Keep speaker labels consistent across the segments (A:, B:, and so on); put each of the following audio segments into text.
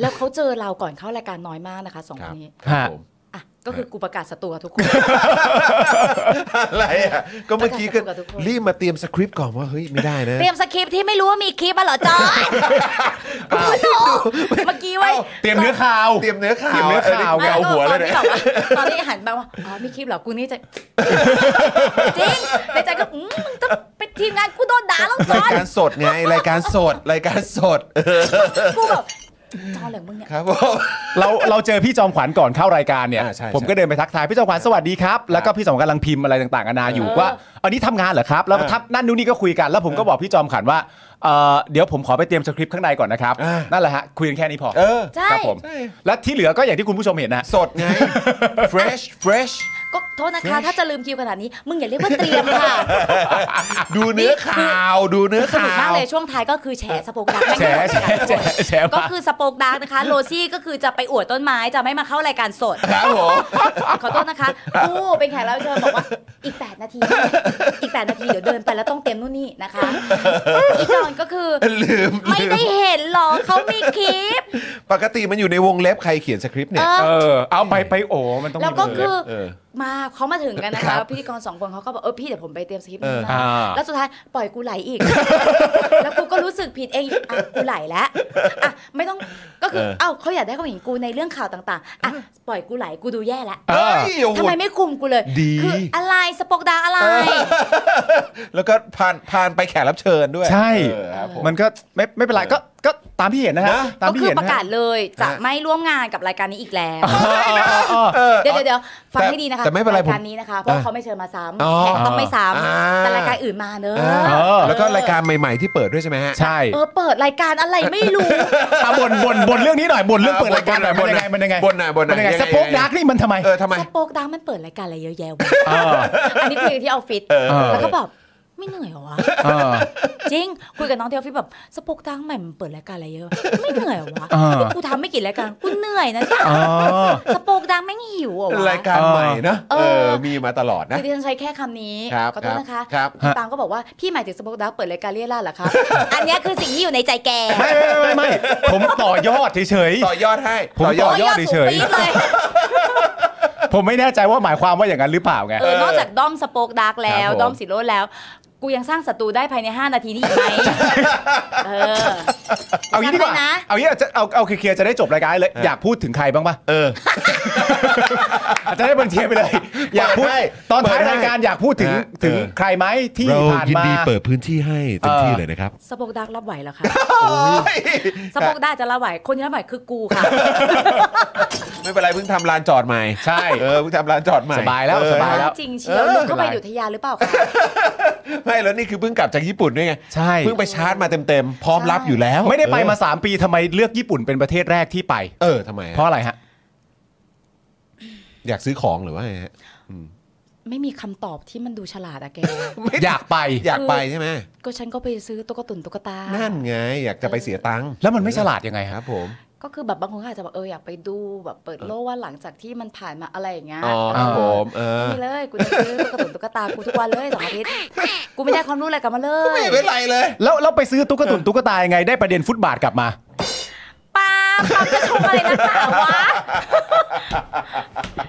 A: แล้วเขาเจอเราก่อนเข้ารายการน้อยมากนะคะสองคนนี้
B: ครับผม
A: อ่ะก็คือกูประกาศศัตรูกับทุกคน
B: อะไรอ่ะ ก็เมื่อกี้ก็
A: ประกาศตัวกับทุกคน
B: รีบมาเตรียมสคริปต์ก่อนว่าเฮ้ยไม่ได้นะ
A: เตรียมสคริปต์ที่ไม่รู้ว่ามีคลิปอะเหรอจอยคุณโตเมื่อกี้ไว้ย
C: เตรียมเนื้อข่าว
B: เตรียมเนื้อข่าว
C: เตรียมเนื้อข่าว
B: เออนี่เกาหัวเลย
A: ตอน
B: เนี่
A: ที่แบบว่าตอน
B: ย
A: ที่หันไปว่าอ๋อมีคลิปเหรอกูนี่จะ จริงในใจก็อืมมึงจะเป็นทีมงานกูโดนด่าแล้วจ
B: รา
A: อย ย
B: การสดไงรายการสดรายการสดเออ
A: กูแบบจอยเหลืองมึงเนี่ย
B: ครับผม
C: เราเราเจอพี่จอมขวัญก่อนเข้ารายการเนี่ย
B: อ่าใช่
C: ผม
B: ใช่
C: ก็เดินไปทักทายพี่จอมขวัญสวัสดีครับ แล้วก็พี่จอมขวัญกำลังพิมพ์อะไรต่างๆนานาอยู่ว่าอันนี้ทำงานเหรอครับแล้ว
B: อ่า
C: ทับนั่นนู่นนี่ก็คุยกันแล้วผมก็บอกพี่จอมขวัญว่าเอ่อเดี๋ยวผมขอไปเตรียมสคริปต์ข้างในก่อนนะครับ
B: อ่า
C: นั่นแหละฮะคุยกันแค่นี้พอ
B: เออ
A: ใช่
C: ครับผมและที่เหลือก็อย่างที่คุณผู้ชมเห็นนะ
B: สดไง fresh fresh
A: ก็โทษนะคะ ถ้าจะลืมคิวขนาดนี้ มึงอย่าเรียกว่าเตรียม ค่ะ
B: ดูเนื้อข่าวดูเนื้อ
A: สนุกา
B: ข่าม
A: ก
B: ว
A: เลยช่วงท้ายก็คือแฉสโปกดาร์ก
C: แฉแฉแฉแฉมาก
A: ก็คือสโปกดาร์กนะคะ โรซี่ก็คือจะไปอวดต้นไม้จะไม่มาเข้ารายการสด
B: ครับผม
A: ขอโทษนะคะกูเป็นแขกรับเชิญบอกว่าอีก 8 นาที อีก 8 นาที เดี๋ยวเดินไปแล้วต้องเตรียมนู่นนี่นะคะอีจอนก็คือ
B: ลืม
A: ไม่
B: ลืม
A: ได้เห็นหรอกเขามีคลิป
B: ปกติมันอยู่ในวงเล็บใครเขียนสคริปต์เนี่ย
A: เออ
C: เออเอาไปไปโอ้มันต้องมี
A: แล้วก็คือ
B: เออ
A: มาเขามาถึงกันนะ
B: ครั
A: คะ
B: บ
A: พิธีกรสองคนเขาก็บอกเออพี่เดี๋ยวผมไปเตรียมสคริปต์
B: เออ
A: นี้
C: อ่
A: นะ
C: า
A: แล้วสุดท้ายปล่อยกูไหล อีก แล้วกูก็รู้สึกผิดเองอีกอ่ะกูไหลแล้วอ่ะไม่ต้องก็คือ
B: เออ
A: เอ้าเขาอยากได้ความเห็นกูในเรื่องข่าวต่างๆอ่ะปล่อยกูไหลกูดูแย่แล้ว
C: เอ
B: เฮ้
C: อ
B: ยโอ้โห
A: ทำไมไม่คุมกูเลย
B: ดี
A: คืออะไรสปอกดา อะไร
B: แล้วก็ผ่านผ่านไปแขกรับเชิญด้วย
C: ใช่
B: เออครับผม
C: มันก็ไม่ไม่เป็นไรก็ก็ตามที่เห็นนะฮะ
B: นะ
C: ตาม
A: ก็
C: ที่
A: คือ
C: เห็น
A: ประ
C: นะ
A: กา
C: ฮะ
A: ศเลยจะ
B: ฮะ
A: ไม่ร่วมงานกับรายการนี้อีกแล้ว
C: เออ
B: เออ
A: เดี๋ยวเดี๋ยวเดี๋ยวฟัง
B: แต่
A: ให้ดีนะคะ
B: แต่ไม่เป็นไรผม
A: ยการนี้นะคะ เพราะเขาไม่เชิญมาซ้
B: อ๋อ
A: ำแขกต้องไม่ซ้
B: อ่า
A: ำแต่รายการอื่นมาเนอะ
B: อ่า
C: เออ
B: แล้วก็รายการใหม่ ๆ ที่เปิดด้วยใช่ไหมฮะ
C: ใช่
A: เออเปิดรายการอะไรไม่รู้
C: อ่ะบ่นบ่นบ่นเรื่องนี้หน่อยบ่นเรื่องเปิดรายการหน่อย
B: บ่
C: มัน
B: นหน่อย
C: ยังไงมันยังไง
B: บ่นหน่อยบ่นหน่อย
C: มัยังไง
B: ยังไง
C: สปอคดาร์กนี่มันทำไม
B: เออทำไม
A: สปอกดังมันเปิดรายการอะไรเยอะแยะวะ
C: เออ
A: อันนี้คุยกันที่ออฟฟิศ
B: เออ
A: แล้วก็แบบไม่เหนื่อยเหรอวะ
C: เออ
A: จริง คุยกับน้องเทลฟี่แบบสปอกดังใหม่มันเปิดรายการอะไรเยอะวะไม่เหนื่อยเหรอวะ
C: อ่า
A: นี่กูทำไม่กี่รายการกูเหนื่อยนะเนี่ย
C: เออ
A: สปอกดังแม่งหิวเหรอวะ
B: รายการใหม่นะ
A: เอ
B: เอ
A: อ
B: อมีมาตลอดนะ
A: คือดิฉันใช้แค่คำนี้
B: ครับ
A: ขอโทษนะคะ
B: ครับ
A: พี่ปางก็บอกว่า พี่หมายถึงสปอกดาร์เปิดรายการเรียล่าเหรอครับ อันเนี้ยคือสิ่งที่อยู่ในใจแก
C: ไม่ไม่ไม่ไม่ผมต่อยอดเฉย
B: ต่อยอดให้
C: ผม
B: ต่อยอด
C: ต่ ยอด
A: โ
C: เฉย
A: สูงปี๊ดเลย
C: ๆผมไม่แน่ใจว่าหมายความว่าอย่างนั้นหรือเปล่าไง
A: เออนอกจากด้อมสปอกดาร์กแล้ว
B: ครับผม
A: ด้อมสิโรดแล้ว กูยังสร้างศัตรูได้ภายใน 5 นาทีนี้อีกไห มเออ
C: เอางี้ดีกว่า
A: จำไนะ
C: เอางี้จะเอาเอาเคลียร์ๆจะได้จบรายการเลยอยากพูดถึงใครบ้างปะ
B: เออ
C: อาจจะได้บันเทียไปเลย อยากพูด
B: เปิดให้
C: ตอน
B: เปิ
C: ท้าย
B: ดให้
C: รายการอยากพูดถึง
B: เออ
C: ถึงใครไหมที่
B: เรา
C: ผ่าน
B: ยิน
C: มา
B: ดีเปิดพื้นที่ให้เต็มที่เลยนะครับ
A: สปอกดาร์กรับไหวเหรอคะ สปอกดาร์กจะรับไหว คนที่รับไหวคือกูค่ะ
B: ไม่เป็นไรเพิ่งทำลานจอดใหม่
C: ใช่
B: เออเพิ่งทำลานจอดใหม่
C: สบายแล้ว
B: เออ
C: สบายแล้ว
A: จริงเชียวลุกเข้าไปอยู่ทะยานหรือเปล่าคะ
B: ไม่แล้วนี่คือเพิ่งกลับจากญี่ปุ่นด้วยไง
C: ใช่
B: เพิ่งไปชาร์จมาเต็มๆพร้อมรับอยู่แล้ว
C: ไม่ได้ไปมา
B: เออ
C: 3 ปีทำไมเลือกญี่ปุ่นเป็นประเทศแรกที่ไป
B: เออทำไมฮะ
C: เพราะอะไรฮะ
B: อยากซื้อของหรือว่าไงฮะ
A: ไม่มีคำตอบที่มันดูฉลาดอะแก
C: อยากไป
B: อยากไปใช่ไหม
A: ก็ฉันก็ไปซื้อตุ๊กตุนตุ๊กตา
B: นั่นไงอยากจะไปเสียตังค์
C: แล้วมันไม่ฉลาดยังไง
B: ค
C: ค
B: รั
C: รับบ
B: ผม
A: ก็คือแบบบางคนก็อาจจะบอกเอออยากไปดูแบบเปิดโลกว่าหลังจากที่มันผ่านมาอะไรอย่างเงี้ย
B: อ๋อครับผมเออ
A: นี่เลยกูจะซื้อตุ๊กตาตุ๊กตากูทุกวันเลยสองอาทิตย์กูไม่ได้ความรู้อะไรกลับมาเล
B: ไม่
A: ย
B: เป็นไรเลย
C: แล้วเราไปซื้อตุ๊กตุนตุ๊กตายังไงได้ประเด็นฟุตบาทกลับมา
A: ปาปาจะชมอะไรนักหนาวะ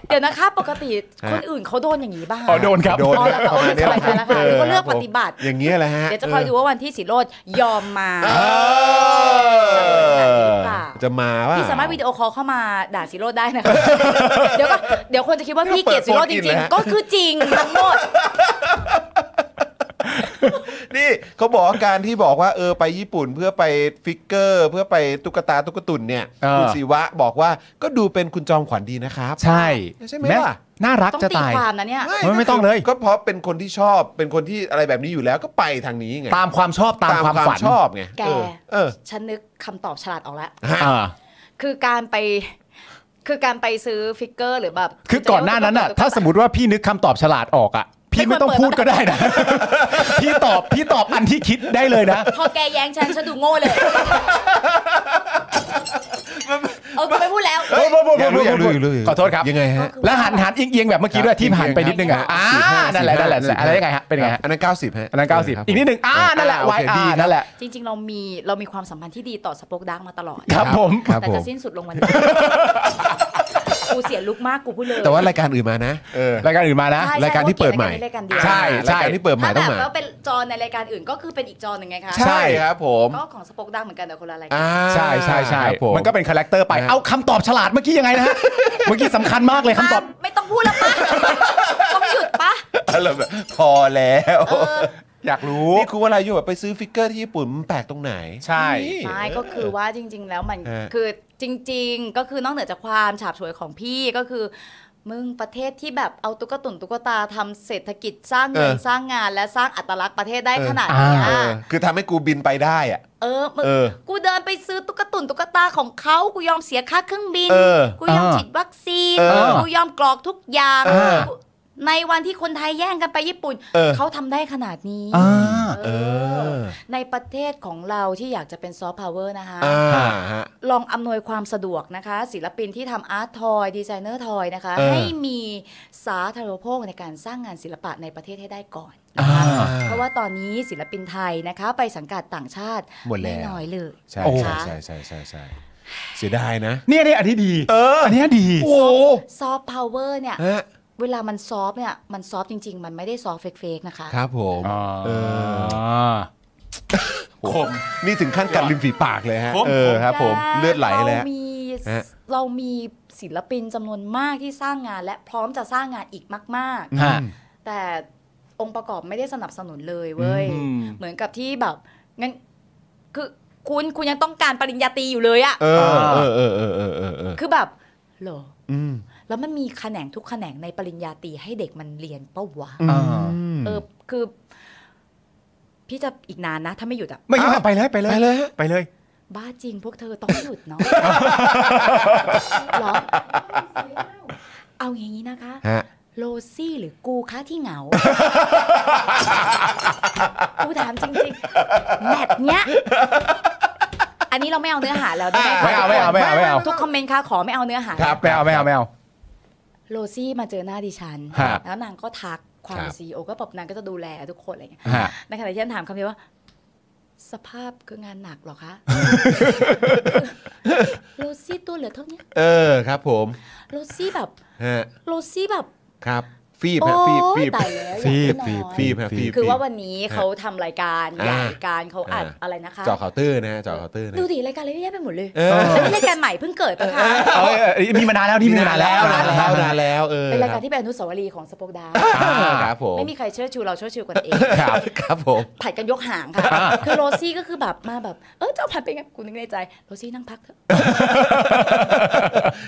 A: เดี๋ยวนะคะปกติ
B: ฮะ
A: คนอื่นเขาโดนอย่างนี้บ้าง
C: อ๋อโดนครับ
B: โดน
A: อ๋อแล้วก็
B: ป
A: โอ้
B: ระ
A: ส
B: มายณนี้
A: บายใจแล้วค่ะ
B: เอ
A: หรือ
B: อ
A: ก็เลือก
B: ครับผม
A: ปฏิบัติ
B: อย่างเงี้ยแหละฮะ
A: เดี๋ยวจะคอยดูว่าวันที่สิโรดยอมมา
B: เออจะมาว่า
A: พี่สามารถวิดีโอคอลเข้ามาด่าสิโรดได้ นะคะเดี๋ยวก็เดี๋ยวคนจะคิดว่าพี่เกลียดสิโรดจริงๆ ก็คือจริงทั้งหมด
B: นี่เขาบอกว่าการที่บอกว่าเออไปญี่ปุ่นเพื่อไปฟิกเกอร์ เพื่อไปตุ๊กตาตุ๊กตุนเนี่ย
C: เออ
B: คุณศิวะบอกว่าก็ดูเป็นคุณจอมขวัญดีนะครับ
C: ใช่
B: ใช่ไหม
C: แ
B: ล่ะ
C: น่ารัก
A: ต้อง
C: จะ
A: ตี
C: ตาย
A: ความนะเนี่ย
C: ไม่ไม่ต้องเลย
B: ก็เพราะเป็นคนที่ชอบเป็นคนที่อะไรแบบนี้อยู่แล้วก็ไปทางนี้ไง
C: ตามความชอบตามความฝัน
B: ชอบไง
A: แก
B: เออเออ
A: ฉันนึกคำตอบฉลาดออกแล้ว
C: อ่า
A: คือการไป คือการไปซื้อฟิกเกอร์หรือแบบ
C: คือก่อนหน้านั้นอ่ะ
A: จะเรียกว่
C: ถ้าสมมติว่าพี่นึกคำตอบฉลาดออกอ่ะ พี่ไม่ต้องพูดก็ได้นะ พี่ตอบพี่ตอบอันที่คิดได้เลยนะ
A: พอแกแย้งฉัน ฉันดูโง่เลย เออกูไม่พูดแล้ว
B: ฮ้ย
C: พูดๆๆๆๆ
B: อยากรู้อยากรู้อยากรู้ยาก
C: ขอโทษครับ
B: ยังไงฮะ
C: แล้วหันหันเอียงๆแบบเมื่อกี้ด้วยที่หันไปนิดนึงอ่ะอ่านั่นแหละนั่นแหละนั่นแหละอะไรยังไงฮะเป็นยังไงฮะ
B: อันนั้น 90ฮะ
C: อันนั้น
B: คบ
C: 90 อีกนิดนึงอ่า
B: ผม
C: นั่นแหละ
B: โอ
C: ไว้
B: เค
C: อ่า
B: ดีครับ
C: นั่นแหละ
A: จริง ๆ เรามีเรามีความสัมพันธ์ที่ดีต่อสปอคดักมาตลอด
C: ครับผม
B: ครับ
A: แต่
B: ผ
A: จะ
B: ม
A: สิ้นสุดลงวันนี้ กูเสียลุกมากกูพูดเลย
B: แต่ว่ารายการอื่นมานะ เออ
C: รายการอื่นมานะ
A: ใช่
B: รายการที่เปิดใหม่
A: รายการเดียว
C: ใช่
B: รายการที่เปิดใหม่
A: ถ้าแบ
B: ต้อง
A: บ
B: มา
A: แล้วเป็นจอในรายการอื่นก็คือเป็นอีกจอหนึ่งไงคะ
B: ใช่ครับผม
A: ก็ของสปอคดักเหมือนกันแต่คนละรายการ
B: อ่า
C: ใช่ใช่ใช่
B: ครับผม
C: มันก็เป็นคาแรคเตอร์ไป
B: นะ
C: เอาคำตอบฉลาดเมื่อกี้ยังไงนะฮะ เมื่อกี้สำคัญมากเลยคำตอบ
A: ไม่ต้องพูดแล้วปะต้องหยุดปะ
B: อะไรแบบพอแล้ว
A: เออ
C: อยากรู้
B: นี่คือว่าอะไรอยู่แบบไปซื้อฟิกเกอร์ที่ญี่ปุ่นมันแปลกตรงไหน
C: ใช่
A: ไม่ก็คือว่าจริง ๆ แล้วมัน
B: เออ
A: คือจริง ๆ ก็คือนอกเหนือจากความฉาบฉวยของพี่ก็คือ มึงประเทศที่แบบเอาตุ๊กตุนตุ๊กตาทำเศรษฐกิจสร้างเงินสร้างงาน และสร้างอัตลักษณ์ประเทศได้ขนาดเนี้ย
C: เอ
B: เออคือทำให้กูบินไปได้อ่ะ
A: เออมึง
B: เออ
A: กูเดินไปซื้อตุ๊กตุนตุ๊กตาของเขากูยอมเสียค่าเครื่องบิน
B: เออ
A: กูยอม
C: อ่า
A: ฉีดวัคซีน
B: เออ
A: กูยอมกรอกทุกอย่าง
B: เออ
A: กูในวันที่คนไทยแย่งกันไปญี่ปุ่น
B: เออ
A: เขาทำได้ขนาดนี้
C: อ่า
A: เออ
B: อ
A: ในประเทศของเราที่อยากจะเป็นซอฟต์พาวเวอร์นะคะ
B: อ่าฮะ
A: ลองอำนวยความสะดวกนะคะ ศิลปินที่ทำอาร์ตทอยดีไซเนอร์ทอยนะคะ
B: เออ
A: ให้มีสาธารณูปโภคในการสร้างงานศิลปะในประเทศให้ได้ก่อนนะคะ
B: อ่า
A: เพราะว่าตอนนี้ศิลปินไทยนะคะ ไปสังกัดต่างชาติ
B: หมดแล้ว
A: ไม่น้อยเลย
B: ใช่
C: โอ้
A: นะ
B: ใช่
A: คะ
B: ใช่ใช่ใช่ใช่เสียดายนะ
C: เนี่ยเนี่ยอันนี้ดี
B: เอออั
C: นเนี้ยดี
B: โอ้
A: ซอฟต์พาวเวอร์เนี่ย
B: ฮะ
A: เวลามันซอฟต์เนี่ย มันซอฟต์จริง ๆ มันไม่ได้ซอฟต์เฟกๆนะคะ
B: ครับผมเออ
C: คม
B: นี่ถึงขั้นกัดริมฝีปากเลยฮะ
C: ผม
B: เออครับ ผมเลือดไหลแล้ว
A: เรามี
B: ฮะ
A: เรามีศิลปินจำนวนมากที่สร้างงาน และพร้อมจะสร้างงานอีกมาก
C: ฮะ
A: ๆ แต่องค์ประกอบไม่ได้สนับสนุนเลยเว้ย
C: อืม
A: เหมือนกับที่แบบงั้นคือคุณคุณยังต้องการปริญญาตรีอยู่เลยอะ
B: เออเออเออเออเออเออเออ
A: คือแบบเหรอ
B: อืม
A: แล้วมันมีแขนงทุกแขนงในปริญญาตรีให้เด็กมันเรียนเป้าวะ
C: อ่า
B: ม
A: เออคือ พี่จะอีกนานนะ ถ้าไม่หยุดอะ
C: ไม่งั้น
B: อ้าว
C: ไปเลยไปเลย
B: ไปเลยฮะ
C: ไปเลย
A: บ้าจริงพวกเธอต้องหยุด เนาะ เหรอเอาอย่างนี้นะคะ
B: ฮะ
A: โลซี่หรือกูคะที่ เหงา กูถามจริงๆ แมทเนี้ย อันนี้เราไม่เอาเนื้อหาแล้วได้ ห
C: ไม่เอาไม่เอาไม่เอาไม่เอา
A: ทุกคอมเมนต์ค่ะขอไม่เอาเนื้อหา
C: ครับไม่เอาไม่เอาไม่เอา
A: โลซี่มาเจอหน้าดิฉัน
C: ครับ
A: แล้วนางก็ทักความ
B: ครับ
A: ซีโอก็แบบนางก็จะดูแลทุกคนอะไรอย่างเงี้ย
C: ฮะ
A: ในขณะที่ฉันถามคำเดียวว่า สภาพคืองานหนักเหร อคะ โลซี่ตัวเหลือเท่านี้
B: เออครับ ผม
A: โรซี่แบบ
B: ฮะ
A: โรซี่แบบ
B: ครับ ฟีบ
A: โอ้
B: ฮะฟีบฟี
A: ย
B: บ
A: ตายแล้ว
C: ฟีบ
A: อยากให้น้อย
B: ฟีบฮะฟีบ
A: คือว่าวันนี้เขาทำรายการ
B: อ่า
A: ใหญ่การเขาอัด
B: อ่า
A: อะไรนะคะ
B: จอเคาน์เตอร์นะฮะจอเคาน์เตอร์นะ
A: ดูดิรายการอะไรเยอะแยะไปหมดเลย
B: เออ
A: แล้วนี่รายการใหม่เพิ่งเกิดปะคะ
C: เอ้ยเอ้ยมีมานานแล้วนี่มีมานานแล้ว
B: นานแล้วนานแล้วเออ
A: เป็นรายการที่เป็นอนุสาวรีย์ของสปอคดาร์
B: อ่าครับผม
A: ไม่มีใครเชื่อชูเราเชื่อชูกันเอง
B: ครับครับผม
A: ผัดกันยกหางค่ะ คือโรซี่ก็คือแบบมาแบบ เออเจ้าผัดเป็นไงกูนึกในใจโรซี่นั่งพักเถอะ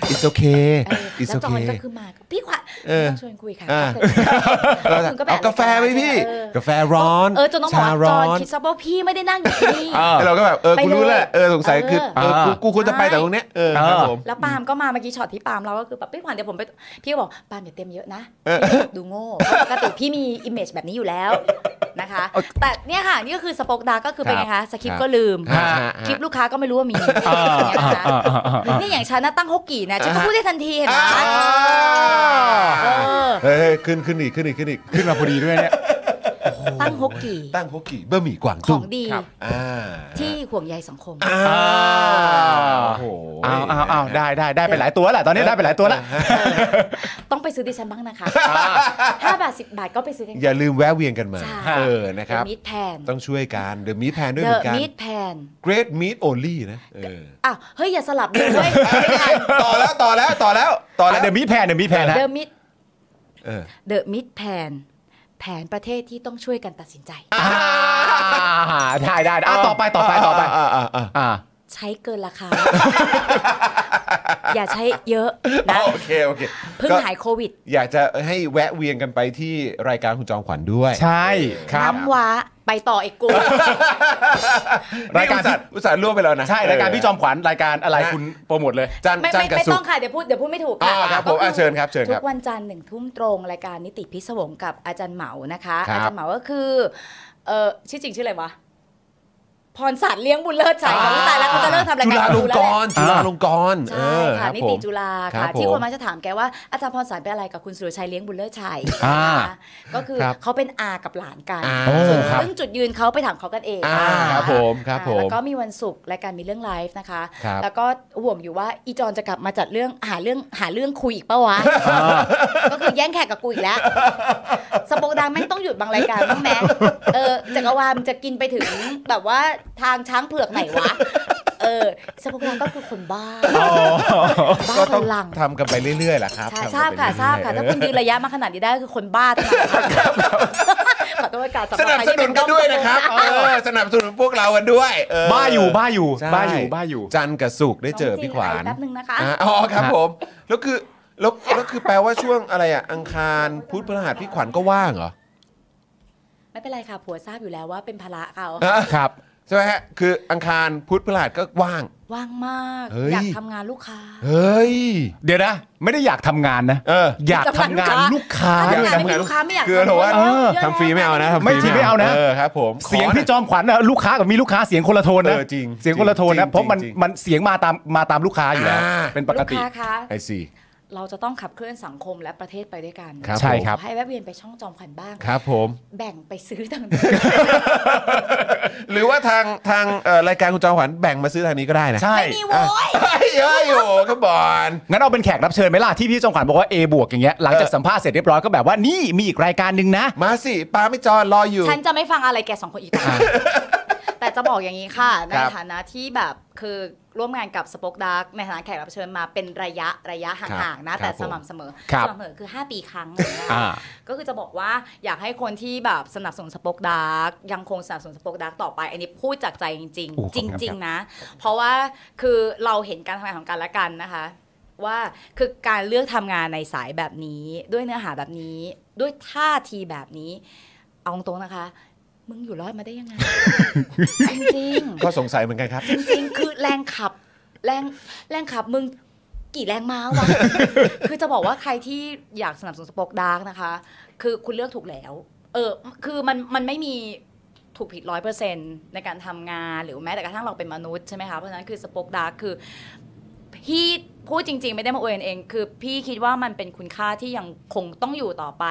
B: อิสโอเค
A: เออ
B: อิส
A: แล้วจ
B: โอเค
A: อนก็คือมากับพี่ขวัญ
B: เออ
A: ไม่ต้องชวนคุยค่ะ
B: อ่า
A: คุณก็ไป
B: เอากาแฟไหมพี่
A: เออ
B: กาแฟร้อน
A: เออจนต้องบอก
B: ชา
A: ว่าจ
B: ร้
A: อ
B: อน น
A: คิดซะว่าพี่ไม่ได้นั่งอยู่ที่นี่
C: เออ
B: แล้วเราก็แบบเออ
A: ไป
B: กูรู้
A: เลย
B: แหละเออสงสัยคือเออกู
C: อ่า
B: กูควรจะไป
A: ใช่
B: แต่ตรงเนี้ยเออ
C: เออ
B: ครับผม
A: แล้วปาล์มก็มาเมื่อกี้ช็อตที่ปาล์มเราก็คือแบบพี่ขวัญเดี๋ยวผมไปพี่ก็บอกปาล์มอย่าเต็มเยอะนะพี่ก็แบบดูโง่เพราะปกติพี่มีอิมเมจแบบนี้อยู่แล้วนะคะ แต่เนี่ยค่ะนี่ก็คือสปอกดาร์กก็คือเป็นไงคะสคริปต์ก็ลืม
B: ฮะฮะ
A: คลิปลูกค้าก็ไม่รู้ว่ามี
C: อ่า
A: เนี่ยนะคะ
C: อ่าอ่าอ่าอ่า
A: นี่อย่างฉันนะตั้งฮกกี่นะฉันก็พูดได้ทันทีเห็นไหม
B: อ่า
A: เออ
B: เฮ้ยเฮ้ยขึ้นขึ้นอีกขึ้นอีกขึ้นอีก
C: ขึ้นมาพอดีด้วยเนี่ย
A: ตั้งฮกกี่
B: ตั้งโคกิบะหมี่กวาง
A: ข
B: ตุ้
A: อง งดี
C: ครับ
B: อ่า
A: ที่ห่วงใยสังคม
B: อ้าโอ้โห
C: อ้าวอ้าวอ้าวได้ได้ได้ไปหลายตัวแหละตอนนี้ได้ไปหลายตัวแล้ว
A: ต้องไปซื้อดิฉันบ้างนะคะห้าบาทสิบบาทก็ไปซื้อกัน
B: อย่าลืมแวะเวียนกันมา
A: ใช่
B: เออนะครับ
A: มิดแพน
B: ต้องช่วยกันเด e m มี t แพนด้วย
A: เด
B: เหมื
A: อะ
B: อนกัน
A: มิดแพน
B: Great Meat Only นะเออ
A: อ้าว เฮ้ย อย่าสลับเลยเว้ ย
B: ต่อแล้วต่อแล้วต่อแล้วต่อแล้ว
C: เดี๋ยวมีแผนเดี๋ยวมีแผนนะ
A: เดอะมิด
B: เออ
A: เดอะมิดแพนแผนประเทศที่ต้องช่วยกันตัดสินใจ
C: อ่าได้ได้อ่ะต่อไปต่อไปต่อไป
B: าาอ่า
C: อ่า
A: ใช้เกินราคา อย่าใช้เยอะ
B: อ๋
A: นะ
B: อโอเค โอเค
A: เพิ่ง
B: ก็
A: หายโควิด
B: อยากจะให้แวะเวียนกันไปที่รายการคุณจอมขวัญด้วย
C: ใช่ครับ
A: น้ำว้า ไปต่ออีกกู
B: ราร
C: าย ย
B: กา
C: การ ร
B: อุตส่าห์ร่วมไปแล้วนะ
C: ใช่รายการพี่จอมขวัญรายการอะไรคุณโปรโมทเลย
B: จัน
A: ไม่
B: จัน
A: ไม่
B: กระ
A: ไม่
B: สุ
A: ต้อก งค่ะ เดี๋ยวพูดเดี๋ยวพูดไม่ถูก
B: อ่าครับผมอ่ะ
A: ก็อ
B: เชิญครับเชิญครับ
A: ทุกวันจันทร์หนึ่งทุ่มตรงรายการนิติพิศวงกับอาจารย์เหมานะคะ
B: ครับ
A: อาจารย์เหมาก็คือเออชื่อจริงชื่ออะไรวะ พ พรสัตว์เลี้ยงบุญเลิศชัยเขาตายแล้วเขาจะเลิกทำราย
B: จุ
A: การ
B: ฬา
A: กับ
B: ล
A: ดู
B: ง
A: แล้ว
B: ก
A: แหละ
B: รณ์จุฬาลงกรณ์
A: ใช่
B: เออ
A: ค่ะ
B: รับ
A: นิ
B: ผ
A: ติ
B: ม
A: จุฬา
B: ครั
A: ค่ะ
B: บผม
A: ที่คนมักจะถามแกว่าอาจารย์พรสายเป็นอะไรกับคุณสุรชัยเลี้ยงบุญเลิศชัย
C: อ่า
A: นะคะก็คือ
B: ครับ
A: เขาเป็นอากับหลานกัน
B: อ่า
C: โอ้ครับ
A: ซึ่งจุดยืนเขาไปถามเขากันเอง
B: อ่าครับผมครับผ
A: อ่าม แล้วก็มีวันศุกร์รายการมีเรื่องไลฟ์นะคะ
B: ครับ
A: แล้วก็ห่วงอยู่ว่าอีจอนจะกลับมาจัดเรื่องหาเรื่องหาเรื่องคุยอีกปะวะ ก็คือแย่งแขกกับกูอีกแล้ว สปอกดังแม่งต้องหยุดบางรายการบ้างแม้เออจักรวาลมันจะกินไปถึงแบบว่าทางช้างเผือกไหนวะ เออสปอกดังก็คือคนบ้า บ้า
B: ก็
A: พ
B: ต้อง
A: ลัง
B: ทำกันไปเรื่อยๆแหละครับ
A: ใช่
B: ทำกัน
A: ทราบ
B: ไป
A: ค่ะ
B: เอยๆ
A: ทราบค่ะ ถ้าคุณยืนระยะมาขนาดนี้ได้ก็คือคนบ้า ทั้งนั้นขอโทษค่ะ
B: ส
A: สำหรับบ ใค
B: นั
A: ร
B: ส
A: ที่
B: นุ
A: เป็น น
B: กั
A: ด้
B: น
A: อม
B: ด้วย
A: สปอ
B: นะ
A: กดั
B: ครับ
A: ง
B: เออสนับสนุนพวกเรากันด้วยเ
C: บ้าอยู่บ้าอยู่
B: ใช่
C: บ้าอยู่บ้าอยู่
B: จันทร์กับสุกร์ได้เจอพี่ขวา
A: จี
B: น
A: ไแป๊บนึงนะคะ
B: อ่ะอ๋อครับ
C: ฮะ
B: ผมแล้วคือแล้วแล้วคือแปลว่าช่วงอะไรอ่ะอังคารพุธพฤหัสพี่ขวัญก็ว่างเหรอ
A: ไม่เป็นไรค่ะผัวทราบอยู่แล้วว่าเป็นภาระเขา
B: อ่ะ
C: ครับ
B: ใช่ไหมฮะคืออังคารพุธพฤหัสก็ว่าง
A: ว่างมาก
B: เฮ้ย
A: อยากทำงานลูกค้า
B: เฮ้ย
C: เดี๋ยวนะ ไม่ได้อยากทำงานนะ
B: เออ
C: อยากทำงานลูกค้า
A: ทำงาน
B: ทำ
A: ไม่
B: งา
A: มี
B: น
A: ลูกค้าไม่อยาก
B: คือเราว่า
A: ทำงน
C: เออ
A: ยะ
B: ทำฟรีไม่เอานะทำฟ
C: ไม่ฟรีไม่เอานะ
B: เออครับผม
C: เสียง
B: ขอหน่อ
C: พี่จอมขวัญนะลูกค้ากับมีลูกค้าเสียงคนละโทนนะ
B: เออจริง
C: เสียงคนละโท
B: จ
C: น
B: ริ
C: นะ
B: ง
C: เพราะมัน
B: จริง
C: มันเสียงมาตามมาตามลูกค้าอยู่แล้ว
B: อ่า
C: เป็นปกติ
A: ลูกค้าคะ
B: ไอซี
A: เราจะต้องขับเคลื่อนสังคมและประเทศไปด้วยกัน
B: ครับ
C: ใช่ครับ
A: ให้แวะเวียนไปช่องจอมขวัญบ้าง
B: ครับผม
A: แบ่งไปซื้อต่าง
B: หรือว่าทางทางเอ่อรายการคุณจอมขวัญแบ่งมาซื้อทางนี้ก็ได้นะ
C: ใช่
A: ไม่มีโว้ย
B: เฮ้ยเฮ้ยโอ้โหขบอน
C: งั้นเอาเป็นแขกรับเชิญไหมล่ะที่พี่จอมขวัญบอกว่า A บวกอย่างเงี้ยหลังจากสัมภาษณ์เสร็จเรียบร้อยก็แบบว่านี่มีอีกรายการหนึ่งนะ
B: มาสิปาไม่จอนรออยู่
A: ฉันจะไม่ฟังอะไรแกสองคนอีกต่อไปแต่จะบอกอย่างนี้ค่ะ ใน
B: ครับ
A: ฐานะที่แบบคือร่วมงานกับสปอคดักในฐานะแขกรับเชิญมาเป็นระยะระยะห่างๆนะ
B: ครับ
A: แต่
B: ผม
A: สม่ำเสมอ
C: ครับ
A: สม่ำเสมอคือ 5 ปีครั้งอะไรอย่างเงี้ย
C: อ่า
A: ก็คือจะบอกว่าอยากให้คนที่แบบสนับสนุนสปอคดาร์กยังคงสนับสนุนสปอคดาร์กต่อไป อันนี้พูดจากใจจริง
C: โอ้ขอบ
A: ๆ จ
C: คุณครับ
A: ริง ๆ นะ เพราะว่าคือเราเห็นการทำงานของกันและกันนะคะ ว่าคือการเลือกทำงานในสายแบบนี้ ด้วยเนื้อหาแบบนี้ ด้วยท่าทีแบบนี้ เอาตรงๆนะคะ มึงอยู่รอดมาได้ยังไง จริงๆ
B: ก็สงสัยเหมือนกันครับ
A: จริงๆ คือแรงขับแรงแรงขับมึงกี่แรง ม้าวะ คือจะบอกว่าใครที่อยากสนับสนุนสปอคดาร์กนะคะ คือคุณเลือกถูกแล้ว เออ คือมันมันไม่มีถูกผิดร้อยเปอร์เซนในการทำงานหรือแม้แต่กระทั่งเราเป็นมนุษย์ใช่ไหมคะ เพราะฉะนั้นคือสปอคดาร์กคือ พี่พูดจริง ๆ ไม่ได้มาอวยกันเอง คือพี่คิดว่ามันเป็นคุณค่าที่ยังคงต้องอยู่ต่อไป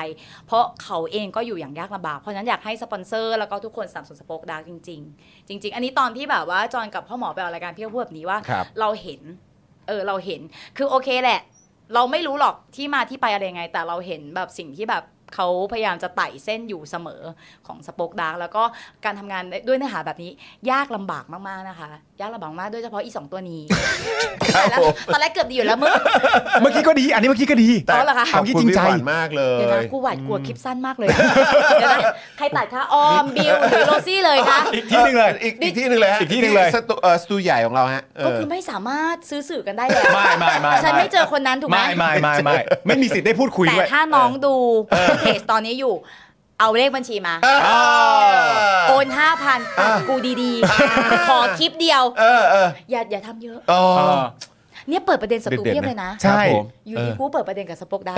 A: เพราะเขาเองก็อยู่อย่างยากลำบาก เพราะฉะนั้นอยากให้สปอนเซอร์แล้วก็ทุกคนสนับสนุนสปอคดาร์กจริง ๆ จริง ๆ อันนี้ตอนที่แบบว่าจอนกับพ่อหมอไปออกรายการพี่ก็พูดแบบนี้ว่า
B: ครับ
A: เราเห็น เออเราเห็นคือโอเคแหละ เราไม่รู้หรอกที่มาที่ไปอะไรยังไง แต่เราเห็นแบบสิ่งที่แบบเขาพยายามจะไต่เส้นอยู่เสมอของสปอคดาร์กแล้วก็การทำงานด้วยเนื้อหาแบบนี้ ยากลำบากมากๆนะคะ ยากลำบากมากโด้วยเฉพาะอีสองตัวนี้
B: ครับ
A: แล้ว
B: ผม
A: ตอนแรกเกือบดีอยู่แล้วมึง
C: เมื่อกี้ก็ดี อันนี้เมื่อกี้ก็ดี
A: เอาเหรอคะ
B: ขอบคุณพี่ขวัญมากเล
A: เดี๋ยวนะ
B: ย
A: กูหวาดกลัวคลิปสั้นมากเลยอะเดี๋ยวนะใครตัดคะออมบิวหรือโรซี่เลยคะ
C: อีกที่หนึ่งเลย
B: อีกอีกที่หนึ่งเลยฮะ
C: อีกที่หนึ่งเลย
B: สตูเอ่อสตูใหญ่ของเราฮะเอ
A: ก็
B: อ
A: คือไม่สามารถซื้อสื่อกันได้แล้ว
C: ไม่ไม่ไม่
A: ฉันไม่เจอคนนั้นถูกไหม
C: ไม่ไม่ไม่ไม่ไม่มีสิทธิ์ได้พูดคุย
A: แต่
C: ด้วย
A: ถ้าน้องดูเพจตอนนี้อยู่ เอาเลขบัญชีมา โอนห้าพัน
B: อ่า
A: กูดีๆ ขอคลิปเดียว
B: เออเออ
A: อย่าอย่าทำเยอะ
B: อ๋อ
A: เนี่ยเปิดประเด็นศัตรู
B: เด็ดๆนะ
A: เพียบเลยนะ
B: ค
C: ใช่
B: รับผม
A: อยู่ดีกูเปิดประเด็นกับสปอคได้